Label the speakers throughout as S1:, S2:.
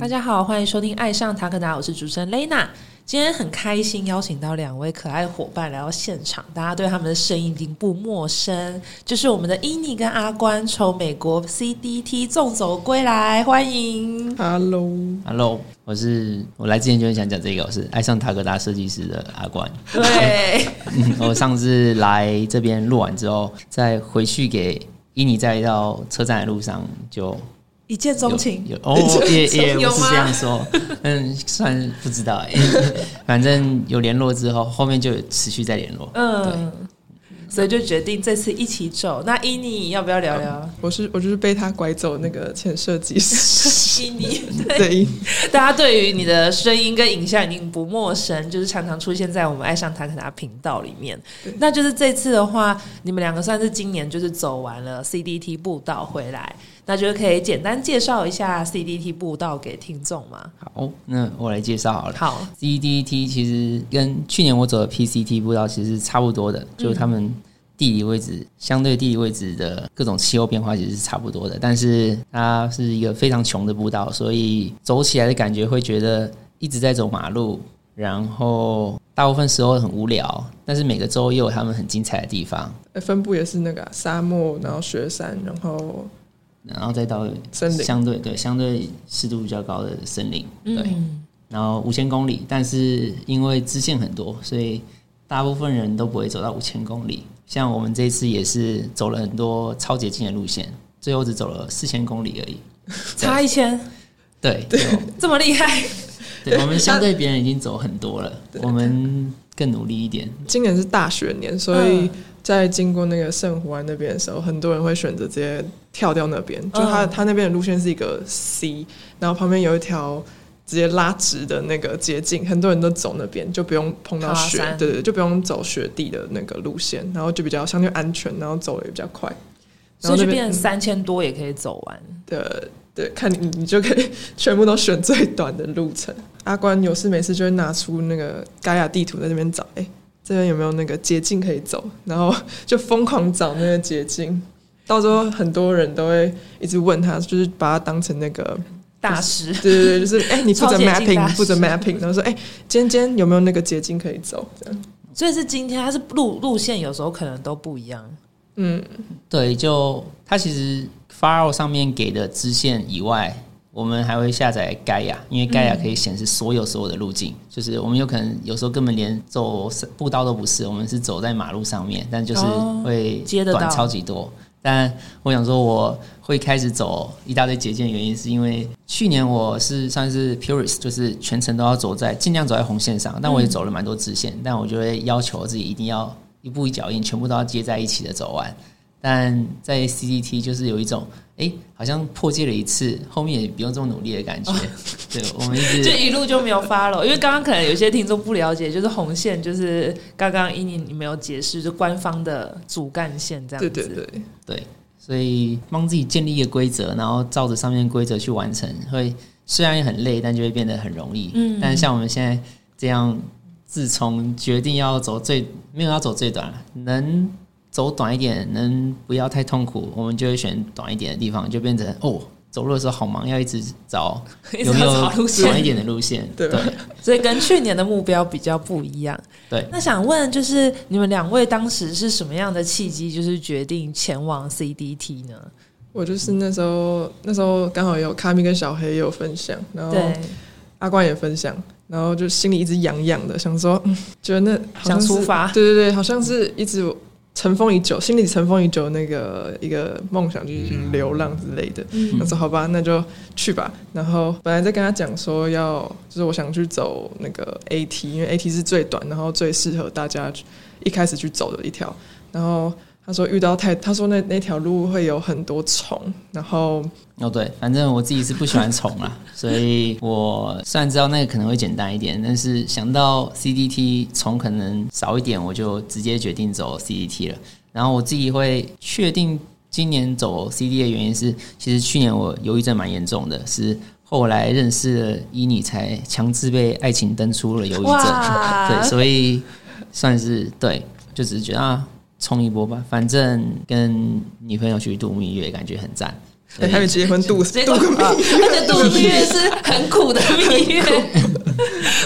S1: 大家好，欢迎收听《爱上塔克达》，我是主持人 Lena。今天很开心邀请到两位可爱的伙伴来到现场，大家对他们的声音已经不陌生，就是我们的伊妮跟阿关从美国 CDT 纵走归来，欢迎。
S2: Hello，
S3: Hello，我是我来之前就很想讲这个，我是爱上塔格达设计师的阿关。
S1: 对，
S3: 我上次来这边录完之后，再回去给伊妮，在到车站的路上就
S1: 一见
S3: 有
S1: 钟情。
S3: 有哦， 也也
S1: 有
S3: 不是
S1: 吗
S3: 这样说，嗯，算不知道哎、 反正有联络之后，后面就有持续在联络。
S1: 嗯，所以就决定这次一起走。那伊妮要不要聊聊？
S2: 我是我就是被他拐走那个前设计师
S1: 伊妮，
S2: 对，
S1: 大家对于你的声音跟影像已经不陌生，就是常常出现在我们爱上塔克达频道里面。那就是这次的话，你们两个算是今年就是走完了 CDT 步道回来，那就是可以简单介绍一下 CDT 步道给听众吗？
S3: 好，那我来介绍好了。
S1: 好，
S3: CDT 其实跟去年我走的 PCT 步道其实是差不多的，就是他们地理位置相对地理位置的各种气候变化其实是差不多的，但是它是一个非常穷的步道，所以走起来的感觉会觉得一直在走马路，然后大部分时候很无聊，但是每个州又有他们很精彩的地方，
S2: 呃分布也是那个啊沙漠，然后雪山，然后
S3: 然后再到
S2: 森林
S3: 相对对相对湿度比较高的森林，对，然后五千公里，但是因为支线很多，所以大部分人都不会走到五千公里。像我们这一次也是走了很多超捷径的路线，最后只走了四千公里而已。
S1: 差一千，
S3: 对，对，
S1: 这么厉害，
S3: 对我们相对别人已经走很 多了，我们更努力一点。
S2: 今年是大雪年，所
S1: 嗯
S2: 以在经过那个圣湖湾那边的时候，很多人会选择直接跳掉那边。就它
S1: 嗯
S2: 它那边的路线是一个 C，然后旁边有一条直接拉直的那个捷径，很多人都走那边，就不用碰到雪
S1: 爬山，
S2: 对对，对就不用走雪地的那个路线，然后就比较相对安全，然后走的也比较快。
S1: 所
S2: 然后
S1: 以
S2: 那
S1: 就
S2: 边
S1: 变成三千多也可以走完。
S2: 的对，看你你就可以全部都选最短的路程。阿关有事没事就会拿出那个盖亚地图在那边找，哎、这边有没有那个捷径可以走？然后就疯狂找那个捷径。到时候很多人都会一直问他，就是把他当成那个，
S1: 大师，
S2: 对对对， 就是哎、你负责
S1: 超捷径大
S2: mapping，
S1: 师
S2: 负责 mapping，然后说哎、今天今天有没有那个捷径可以走？这样，
S1: 所以是今天它是路路线有时候可能都不一样。
S2: 嗯，
S3: 对，就它其实 Faro 上面给的支线以外，我们还会下载 Gaia，因为
S1: 嗯
S3: Gaia 可以显示所有所有的路径。就是我们有可能有时候根本连走步道都不是，我们是走在马路上面，但就是
S1: 哦
S3: 会
S1: 接得到
S3: 短超级多。但我想说，我会开始走一大堆捷径的原因，是因为去年我是算是 purist，就是全程都要走在尽量走在红线上，但我也
S1: 嗯
S3: 走了蛮多直线，但我就会要求自己一定要一步一脚印，全部都要接在一起的走完。但在 CDT 就是有一种，哎、好像破戒了一次，后面也不用这么努力的感觉。对，我们一
S1: 就
S3: 直
S1: 一路就没有 follow，因为刚刚可能有些听众不了解，就是红线，就是刚刚伊妮你没有解释，就官方的主干线这样
S2: 对
S1: 子。
S2: 对对，
S3: 对，所以帮自己建立一个规则，然后照着上面规则去完成，会虽然也很累，但就会变得很容易。嗯，但是像我们现在这样，自从决定要走最没有要走最短了，能。走短一点，能不要太痛苦，我们就会选短一点的地方，就变成哦，走路的时候好忙，要一直找
S1: 一直
S3: 有没
S1: 要
S3: 有
S1: 找路
S3: 短一
S1: 线，
S3: 点的路线，
S2: 对吧
S1: 所以跟去年的目标比较不一样。
S3: 对
S1: 那想问就是你们两位当时是什么样的契机，就是决定前往 CDT 呢？
S2: 我就是那时候那时候刚好有卡米跟小黑也有分享，然后
S1: 对，
S2: 阿关也分享，然后就心里一直痒痒的，想说，嗯，觉得那好像是
S1: 想出发
S2: 对对对，好像是一直尘封已久，心里尘封已久的那个一个梦想，就是去流浪之类的。
S1: 嗯
S2: 他说好吧，那就去吧。然后本来在跟他讲说要，就是我想去走那个 AT，因为 AT 是最短，然后最适合大家一开始去走的一条。然后他说遇到太，他说那那条路会有很多虫，然后
S3: 哦，对，反正我自己是不喜欢虫啦， 所以我虽然知道那个可能会简单一点，但是想到 CDT 虫可能少一点，我就直接决定走 CDT 了。然后我自己会确定今年走 CD 的原因是，其实去年我忧郁症蛮严重的，是后来认识了伊妮，才强制被爱情登出了忧郁症。
S1: 哇
S3: 对，所以算是对，就只是觉得啊，冲一波吧，反正跟女朋友去度蜜月感觉很赞。所
S2: 哎，
S3: 以
S2: 还没结婚 度
S1: 结
S2: 度
S1: 果
S2: 个
S1: 啊
S2: 蜜月，
S1: 而且度蜜月是很苦的蜜月，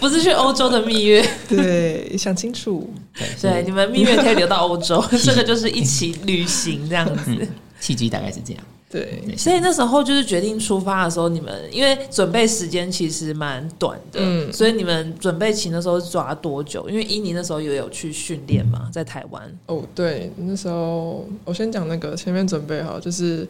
S1: 不是去欧洲的蜜月。
S2: 对，想清楚，
S3: 对，所
S1: 对，
S3: 以
S1: 你们蜜月可以留到欧洲，这个就是一起旅行这样子。
S3: 契机大概是这样。
S2: 对，
S1: 所以那时候就是决定出发的时候，你们因为准备时间其实蛮短的，
S2: 嗯
S1: 所以你们准备期那时候抓多久？因为伊尼那时候也有去训练嘛，在台湾。
S2: 哦，对，那时候我先讲那个前面准备好，就是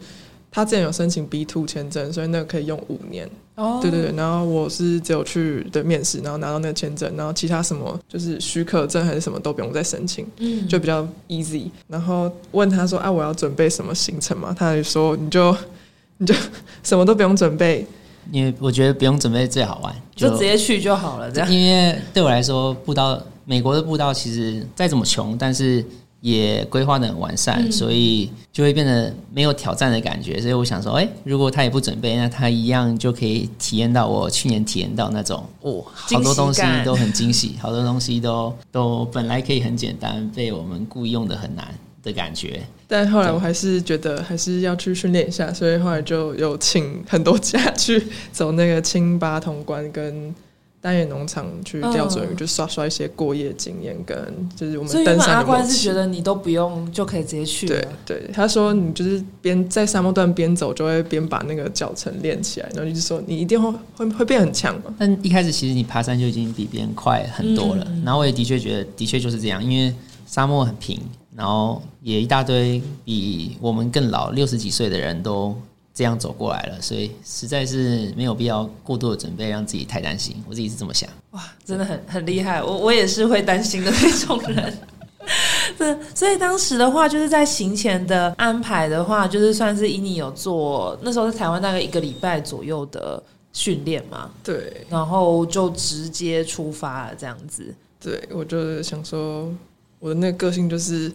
S2: 他之前有申请 B two 签证，所以那个可以用五年。
S1: 哦
S2: 对对对，然后我是只有去的面试，然后拿到那个签证，然后其他什么就是许可证还是什么都不用再申请，
S1: 嗯，
S2: 就比较 easy。然后问他说啊，我要准备什么行程嘛？他就说你就 你就什么都不用准备，
S3: 因为我觉得不用准备最好玩，
S1: 就直接去就好了，这样。
S3: 因为对我来说，步道美国的步道其实再怎么穷，但是也规划的很完善，
S1: 嗯
S3: 所以就会变得没有挑战的感觉。所以我想说，哎、如果他也不准备，那他一样就可以体验到我去年体验到那种，哦，好多东西
S1: 惊喜感
S3: 都很惊喜，好多东西都都本来可以很简单，被我们故意用的很难的感觉。
S2: 但后来我还是觉得还是要去训练一下，所以后来就有请很多家去走那个青八通关跟单眼农场去钓准鱼，
S1: 嗯
S2: 就刷刷一些过夜经验跟就是我
S1: 所
S2: 们
S1: 以原
S2: 登
S1: 本啊阿
S2: 山的默
S1: 关是觉
S2: 契。
S1: 得你都不用就可以直接去
S2: 对
S1: 了，
S2: 对，他说你就是边在沙漠段边走，就会边把那个脚程练起来，然后就是说你一定会会会变很强嘛。
S3: 但一开始其实你爬山就已经比别人快很多了，然后我也的确觉得，的确就是这样，因为沙漠很平，然后也一大堆比我们更老六十几岁的人都这样走过来了，所以实在是没有必要过度的准备，让自己太担心。我自己是这么想。
S1: 哇，真的很很厉害。我我也是会担心的那种人。 对，所以当时的话，就是在行前的安排的话，就是算是以你有做那时候在台湾大概一个礼拜左右的训练嘛，
S2: 对，
S1: 然后就直接出发了这样子。
S2: 对，我就是想说，我的那个个性就是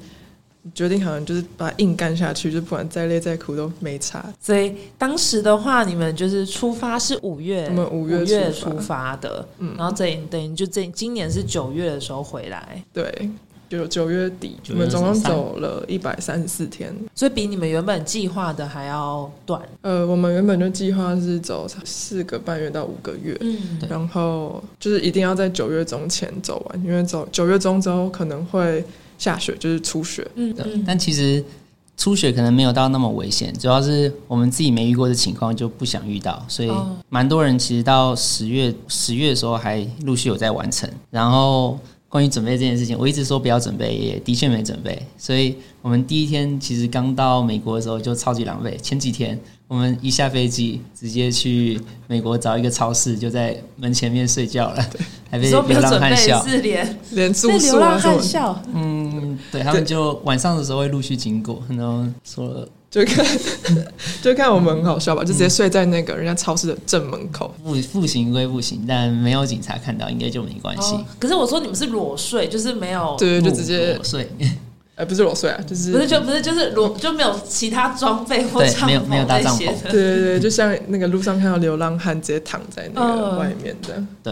S2: 决定好像就是把它硬干下去，就不管再累再苦都没差。
S1: 所以当时的话，你们就是出发是五月，
S2: 我们五月出
S1: 出
S2: 发
S1: 发的，
S2: 嗯
S1: 然后等等于就这今年是九月的时候回来，
S2: 对，就九月底，
S3: 九
S2: 我
S3: 月
S2: 们总共
S3: 23
S2: 走了一百三十四天。
S1: 所以比你们原本计划的还要短。
S2: 呃，我们原本就计划是走四个半月到五个月，
S1: 嗯
S3: 对
S2: 然后就是一定要在九月中前走完，因为走九月中之后可能会下雪，就是初雪。
S1: 嗯
S3: 对，但其实初雪可能没有到那么危险，主要是我们自己没遇过的情况就不想遇到，所以
S1: 哦
S3: 蛮多人其实到十月十月的时候还陆续有在完成。然后关于准备这件事情，我一直说不要准备，也的确没准备，所以我们第一天其实刚到美国的时候就超级狼狈。前几天我们一下飞机直接去美国找一个超市，就在门前面睡觉了， 还被
S1: 你说没
S3: 流
S1: 有
S3: 浪
S1: 准备
S3: 汉笑。
S1: 是连
S2: 连
S1: 是
S2: 住宿
S1: 流
S2: 啊
S1: 浪
S2: 什么
S1: 汉，笑，
S3: 嗯，对他们
S2: 对
S3: 就晚上的时候会陆续经过，然后说
S2: 就看 就看我们很好笑吧，就直接睡在那个人家超市的正门口。
S3: 不不行归不行，但没有警察看到，应该就没关系
S1: 哦。可是我说你们是裸睡，就是没有，
S2: 对，就直接
S3: 裸睡，
S2: 呃，不是裸睡啊，就是
S1: 哦不是就不是就是裸就没有其他装备或
S3: 对
S1: 帐
S3: 没有没有
S1: 篷
S3: 搭
S1: 那
S3: 帐
S1: 些
S3: 篷
S1: 的。
S2: 对对对，就像那个路上看到流浪汉直接躺在那个
S1: 嗯
S2: 外面这样，
S3: 对，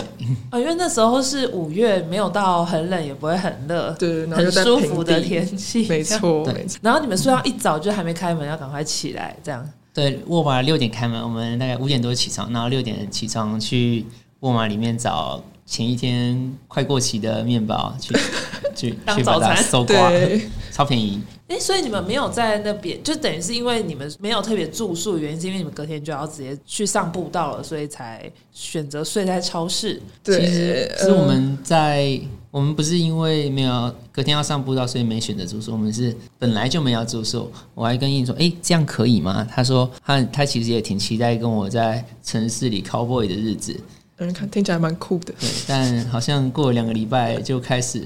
S1: 啊，因为那时候是五月，没有到很冷，也不会很热，
S2: 对，然后又
S1: 很
S2: 在
S1: 舒
S2: 平
S1: 服的
S2: 地
S1: 天气，
S2: 没。错
S3: 对
S2: 没错，
S1: 然后你们睡到一早就还没开门，要赶快起来，这样。
S3: 对，沃尔玛六点开门，我们大概五点多起床，然后六点起床去沃尔玛里面找前一天快过期的面 包，去去
S1: 当
S3: 去把
S1: 早
S3: 它
S1: 餐
S3: 搜刮，
S2: 对
S3: 超便宜。
S1: 哎、所以你们没有在那边，就等于是因为你们没有特别住宿，原因是因为你们隔天就要直接去上步道了，所以才选择睡在超市。
S3: 其
S2: 对
S3: 实，是我们在我们不是因为没有隔天要上步道，所以没选择住宿。我们是本来就没有住宿。我还跟印说：“哎、这样可以吗？”他说他他其实也挺期待跟我在城市里 cowboy 的日子，
S2: 嗯，看听起来蛮酷 的。
S3: 对，但好像过了两个礼拜就开始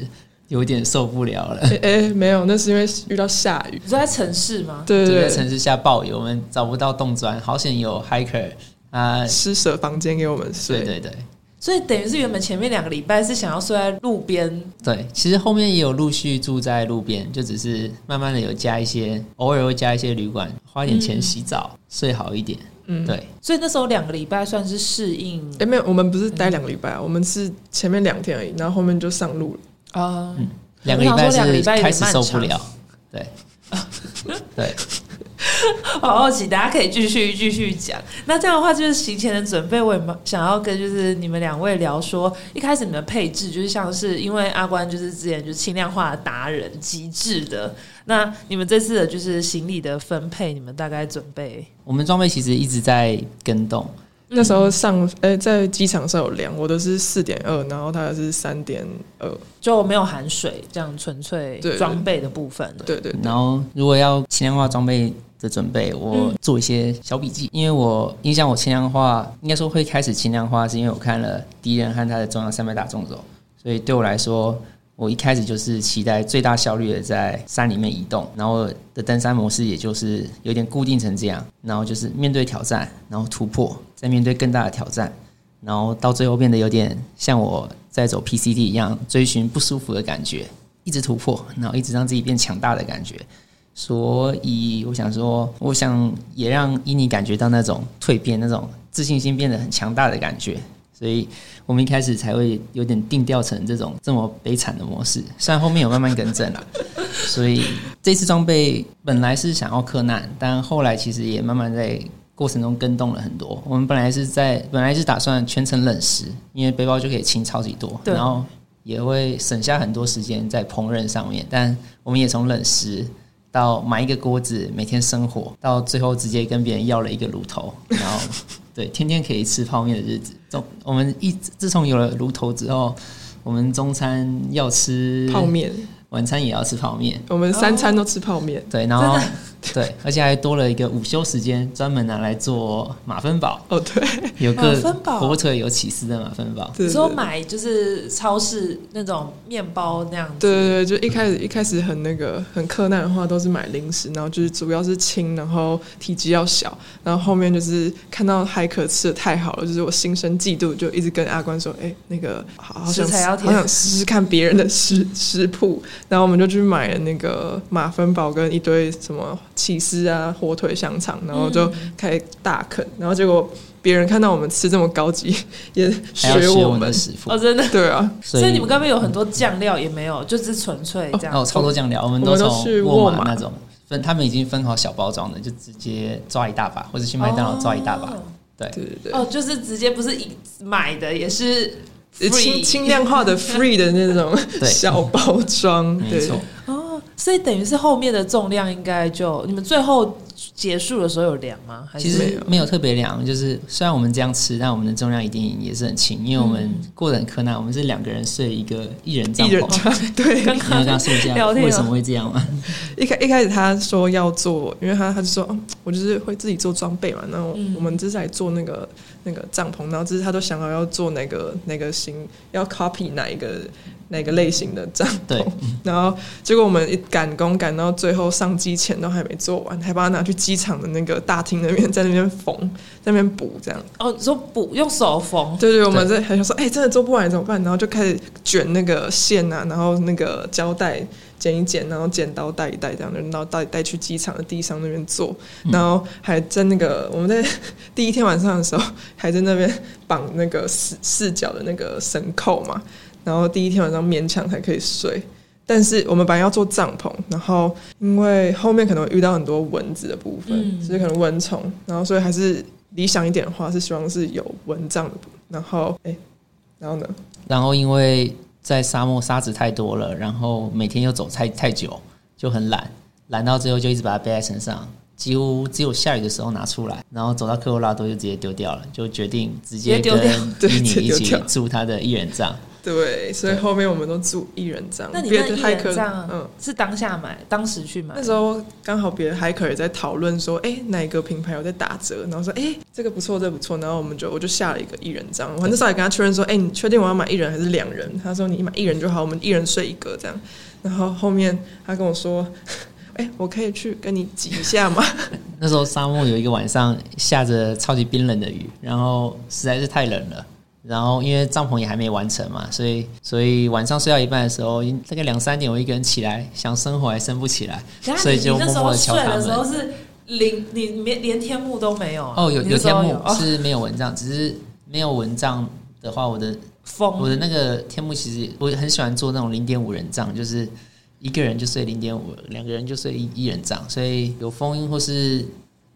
S3: 有点受不了了。
S2: 哎哎，没有，那是因为遇到下雨。
S1: 你说在城市吗？
S2: 对
S3: 就
S2: 对
S3: 在
S2: 对，
S3: 城市下暴雨，我们找不到洞砖，好险有 hiker 啊、
S2: 施舍房间给我们
S3: 对
S2: 睡，
S3: 对对
S1: 所以等于是原本前面两个礼拜是想要睡在路边，
S3: 对，其实后面也有陆续住在路边，就只是慢慢的有加一些，偶尔会加一些旅馆，花一点钱洗澡，睡好一点。
S2: 嗯，
S3: 对，
S1: 所以那时候两个礼拜算是适应
S2: 哎没有，我们不是待两个礼拜啊，我们是前面两天而已，然后后面就上路了。
S1: 啊、
S3: 两个礼拜
S1: 我想说两个
S3: 是
S1: 礼拜有
S3: 开
S1: 点
S3: 始受不了， 对，对，
S1: 好好奇，大家可以继续继续讲。那这样的话，就是行前的准备，我也蛮想要跟就是你们两位聊说，一开始你们配置就是像是因为阿关就是之前就轻量化的达人，极致的。那你们这次的就是行李的分配，你们大概准备
S3: 我们装备其实一直在跟动，
S2: 那时候上呃、在机场上有量，我的是四点二，然后他的是三点二，
S1: 就没有含水，这样纯粹
S2: 对
S1: 装备的部分。
S2: 对对对，
S3: 然后如果要轻量化装备的准备，我
S1: 嗯
S3: 做一些小笔记，因为我印象我轻量化应该说会开始轻量化，是因为我看了敌人和他的中央三百打纵轴，所以对我来说。我一开始就是期待最大效率的在山里面移动，然后我的登山模式也就是有点固定成这样，然后就是面对挑战，然后突破，再面对更大的挑战，然后到最后变得有点像我在走 PCD 一样，追寻不舒服的感觉，一直突破，然后一直让自己变强大的感觉。所以我想说，我想也让伊妮感觉到那种蜕变、那种自信心变得很强大的感觉。所以我们一开始才会有点定调成这种这么悲惨的模式，虽然后面有慢慢更正了。 所以这次装备本来是想要克难，但后来其实也慢慢在过程中跟动了很多。我们本来是在本来是打算全程冷食，因为背包就可以轻超级多，
S1: 对
S3: 然后也会省下很多时间在烹饪上面。但我们也从冷食。到买一个锅子，每天生火，到最后直接跟别人要了一个炉 头，然后对，天天可以吃泡面的日子。总我们一自从有了炉头之后，我们中餐要吃
S2: 泡，面，
S3: 晚餐也要吃泡面，
S2: 我们三餐都吃泡面，
S3: 对，然后 对，而且还多了一个午休时间，专门拿来做马芬 堡，
S2: 哦对
S3: 有
S1: 马
S3: 个
S1: 芬堡
S3: 火腿有起司的马芬堡。
S2: 对
S1: 你说
S2: 对
S1: 买就是超市那种面包那样子，
S2: 对对，就一开始一开始很那个很克难的话，都是买零食，然后就是主要是轻，然后体积要小，然后后面就是看到海可吃的太好了，就是我心生嫉妒，就一直跟阿关说，哎、那个好好想
S1: 食材要
S2: 好
S1: 填
S2: 想试试看别人的食食谱，然后我们就去买了那个马芬堡跟一堆什么起司啊、火腿、香肠，然后就
S1: 嗯
S2: 开始大啃，然后结果别人看到我们吃这么高级， 也
S3: 还
S2: 学
S3: 要学我
S2: 我
S3: 们
S2: 们
S3: 的，师傅
S1: 哦，，真的。
S2: 对啊，
S1: 所以你们刚刚有很多酱料也没有，就是纯粹这样。
S3: 哦，超多酱料，我们
S2: 我
S3: 都
S2: 们都去
S3: 从
S2: 沃
S3: 沃
S2: 玛
S3: 玛那种分，他们已经分好小包装的，就直接抓一大把，或者去麦当劳抓一大把。
S1: 哦
S3: 对，
S2: 对对对。
S1: 哦，就是直接不是一买的，也是
S2: 呃
S1: free
S2: 轻轻量 化的 free 的那种
S3: 对
S2: 小包装，
S3: 没
S2: 对
S3: 错，
S1: 哦，所以等于是后面的重量应该就你们最后结束的时候有量吗？还是
S3: 其实没有特别量，就是虽然我们这样吃，但我们的重量一定也是很轻，因为我们过得很困难，我们是两个人睡一个一人帐
S2: 一人
S3: 篷。
S2: 装。对，
S1: 刚
S3: 你要
S1: 刚
S3: 跟他说一下
S1: 聊天啊
S3: 为什么会这样吗？
S2: 一开一开始他说要做，因为他他就说，嗯我就是会自己做装备嘛，然后我们这是来做那个那个帐篷，然后这是他都想好要做哪个哪个型，要 copy 哪一个哪个类型的帐篷
S3: 对，
S2: 然后结果我们一赶工赶到最后上机前都还没做完，还把它拿去机场的那个大厅那边在那边缝，在那边补这样。
S1: 哦，你说补用手缝，
S2: 对对，我们在还想说，哎、真的做不完怎么办？然后就开始卷那个线啊，然后那个胶带剪一剪，然后剪刀带一带，这样，然后带带去机场的地上那边做，然后还在那个我们在第一天晚上的时候，还在那边绑那个四四角的那个绳扣嘛，然后第一天晚上勉强才可以睡。但是我们本来要做帐篷，然后因为后面可能会遇到很多蚊子的部分，
S1: 嗯
S2: 就是可能蚊虫，然后所以还是理想一点的话是希望是有蚊帐的部分，然后哎、然后呢，
S3: 然后因为在沙漠沙子太多了，然后每天又走太太久，就很懒，懒到最后就一直把它背在身上，几乎只有下雨的时候拿出来，然后走到科罗拉多就直接丢掉了，就决定直接
S1: 直接丢
S3: 跟
S1: 掉
S2: 对
S3: 伊妮
S2: 直接
S3: 一
S2: 丢
S3: 起
S2: 掉
S3: 住他的一人帐。
S2: 对，所以后面我们都住一人帐，
S1: 那你
S2: 别
S1: 那
S2: 的
S1: 一
S2: hiker，
S1: 人帐
S2: 嗯。
S1: 是当下买，当时去买
S2: 那。时候刚好别的 hiker 也在讨论说，哎、哪个品牌有在打折？然后说，哎、这个不错，这个不错。然后我们就我就下了一个一人帐，我那时候还跟他确认说，哎、你确定我要买一人还是两人？他说你买一人就好，我们一人睡一个这样。然后后面他跟我说， 哎、我可以去跟你挤一下吗？
S3: 那时候沙漠有一个晚上下着超级冰冷的雨，然后实在是太冷了。然后因为帐篷也还没完成嘛，所以所以晚上睡到一半的时候，大概两三点，我一个人起来想生火还生不起来，
S1: 等一下
S3: 所以就
S1: 你你那
S3: 默
S1: 时
S3: 默
S1: 候
S3: 的敲
S1: 睡
S3: 他
S1: 的时
S3: 们
S1: 候。是零，你连连天幕都没有啊
S3: 哦，有
S1: 你
S3: 有
S1: 那时
S3: 天
S1: 候
S3: 幕
S1: 哦
S3: 是没有蚊帐，只是没有蚊帐的话，我的我
S1: 风
S3: 的那个天幕其实我很喜欢做那种零点五人帐，就是一个人就睡零点五，两个人就睡一一人帐，所以有风音或是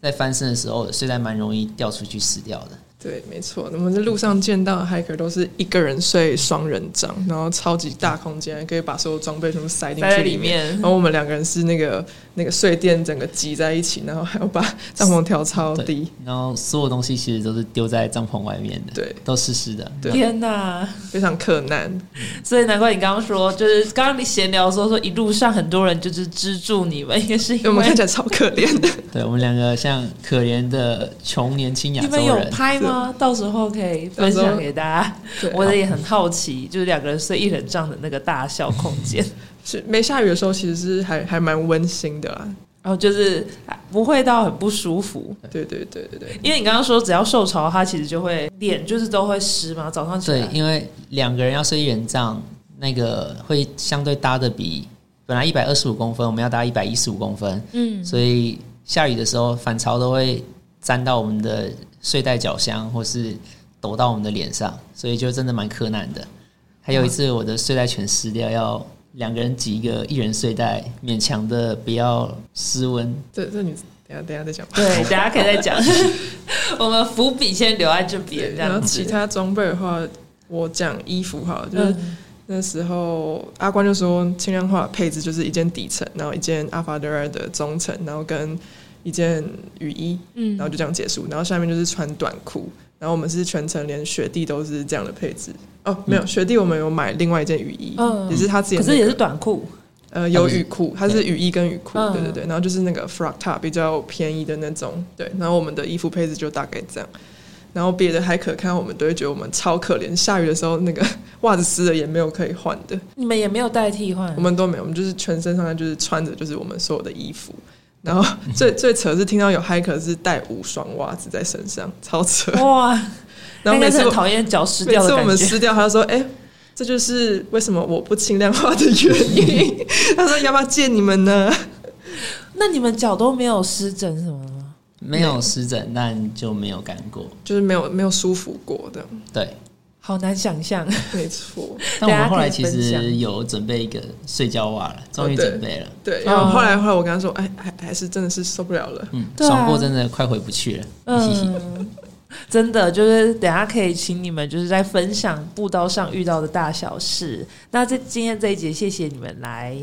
S3: 在翻身的时候，睡袋蛮容易掉出去死掉的。
S2: 对，没错。我们在路上见到的 hiker 都是一个人睡双人帐，然后超级大空间，可以把所有装备全部塞进
S1: 塞在
S2: 去
S1: 里
S2: 里面。
S1: 面。
S2: 然后我们两个人是那个那个睡垫整个挤在一起，然后还要把帐篷调超低，
S3: 然后所有东西其实都是丢在帐篷外面的，
S2: 对，
S3: 都湿湿的。
S2: 对
S1: 天哪！
S2: 非常困难。
S1: 所以难怪你刚刚说，就是刚刚你闲聊说说一路上很多人就是资助你们，应该是
S2: 因为
S1: 因
S2: 我们
S1: 为
S2: 看起来超可 怜的，
S3: 对我们两个像可怜的穷年轻亚
S1: 你们
S3: 洲
S1: 有
S3: 人，
S1: 拍吗？到时候可以分享给大家。
S2: 对
S1: 我的也很好奇，就是两个人睡一人帐的那个大小空 间，
S2: 是没下雨的时候，其实是还还蛮温馨的啦。
S1: 然后哦就是啊不会到很不舒服。
S2: 对对对对对，
S1: 因为你刚刚说，只要受潮，它其实就会脸就是都会湿嘛。早上起
S3: 对
S1: 来，，
S3: 因为两个人要睡一人帐，那个会相对搭的比本来一百二十五公分，我们要搭一百一十五公分，
S1: 嗯，
S3: 所以下雨的时候反潮都会沾到我们的睡袋脚箱，或是抖到我们的脸上，所以就真的蛮柯难的。还有一次我的睡袋全湿掉，要两个人挤一个一人睡袋，勉强的不要失温。
S2: 这这你等一下等一下再讲。
S1: 对， 等一下可以再讲。 我们伏笔先留在这边，这
S2: 然后
S1: 样
S2: 其
S1: 子。
S2: 他装备的话，我讲衣服好了，就是
S1: 嗯，
S2: 那时候阿关就说轻量化的配置就是一件底层，然后一件阿法德尔的中层，然后跟一件雨衣，
S1: 嗯
S2: 然后就这样结束。然后下面就是穿短裤，然后我们是全程连雪地都是这样的配置。哦，没有雪地，我们有买另外一件雨衣，
S1: 嗯
S2: 也是他自己
S1: 可
S2: 的那个、
S1: 是也是短裤，
S2: 呃，有雨裤，它是雨衣跟雨裤，
S1: 嗯
S2: 对对对。然后就是那个 frock top 比较便宜的那种，对。然后我们的衣服配置就大概这样。然后别的还可看，我们都会觉得我们超可怜。下雨的时候，那个 袜子湿了也没有可以换的，
S1: 你们也没有代替换
S2: 我。们都没有，我们就是全身上下就是穿着就是我们所有的衣服。然后最 最扯是听到有 hiker 是带五双袜子在身上，超 扯。
S1: 哇，
S2: 然后
S1: 应该
S2: 每
S1: 是
S2: 次
S1: 很
S2: 我
S1: 讨厌脚湿
S2: 每
S1: 掉的
S2: 次我
S1: 感
S2: 们
S1: 觉。
S2: 撕掉，他就说：“哎、这就是为什么我不轻量化的 原因。”他说：“要不要借你们呢？”
S1: 那你们脚都没有湿疹什么的吗？
S3: 没有湿疹，但就没有干过。
S2: 就是没有没有舒服过的，
S3: 对，
S1: 好难想象，
S2: 没错，
S3: 但我们后来其
S1: 大家可以分
S3: 享
S1: 享
S3: 实有准备一个睡觉袜了，终于准备了。
S1: 嗯
S2: 对。然后后来后来我跟他说，哎，还还是真的是受不了了，
S3: 嗯，
S1: 对啊
S3: 爽过真的快回不去了。嘿嘿
S1: 嗯，真的就是等一下可以请你们就是在分享步道上遇到的大小事。那这今天这一节谢谢你们来。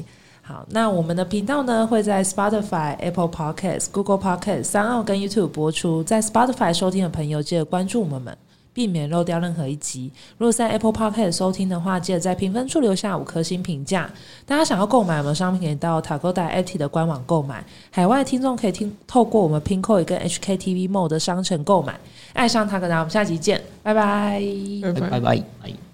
S1: 好，那我们的频道呢会在 Spotify、Apple Podcasts、Google Podcasts、三奥跟 YouTube 播出。在 Spotify 收听的朋友，记得关注我们，避免漏掉任何一集。如果在 Apple Podcast 收听的话，记得在评分处留下五颗星评价。大家想要购买我们的商品，可以到 Takoda AT 的官网购买。海外听众可以听透过我们 Pinkoi 跟 HKTV Mall 的商城购买。爱上塔可达，我们下集见，拜拜。
S2: 拜拜
S3: 拜。拜。拜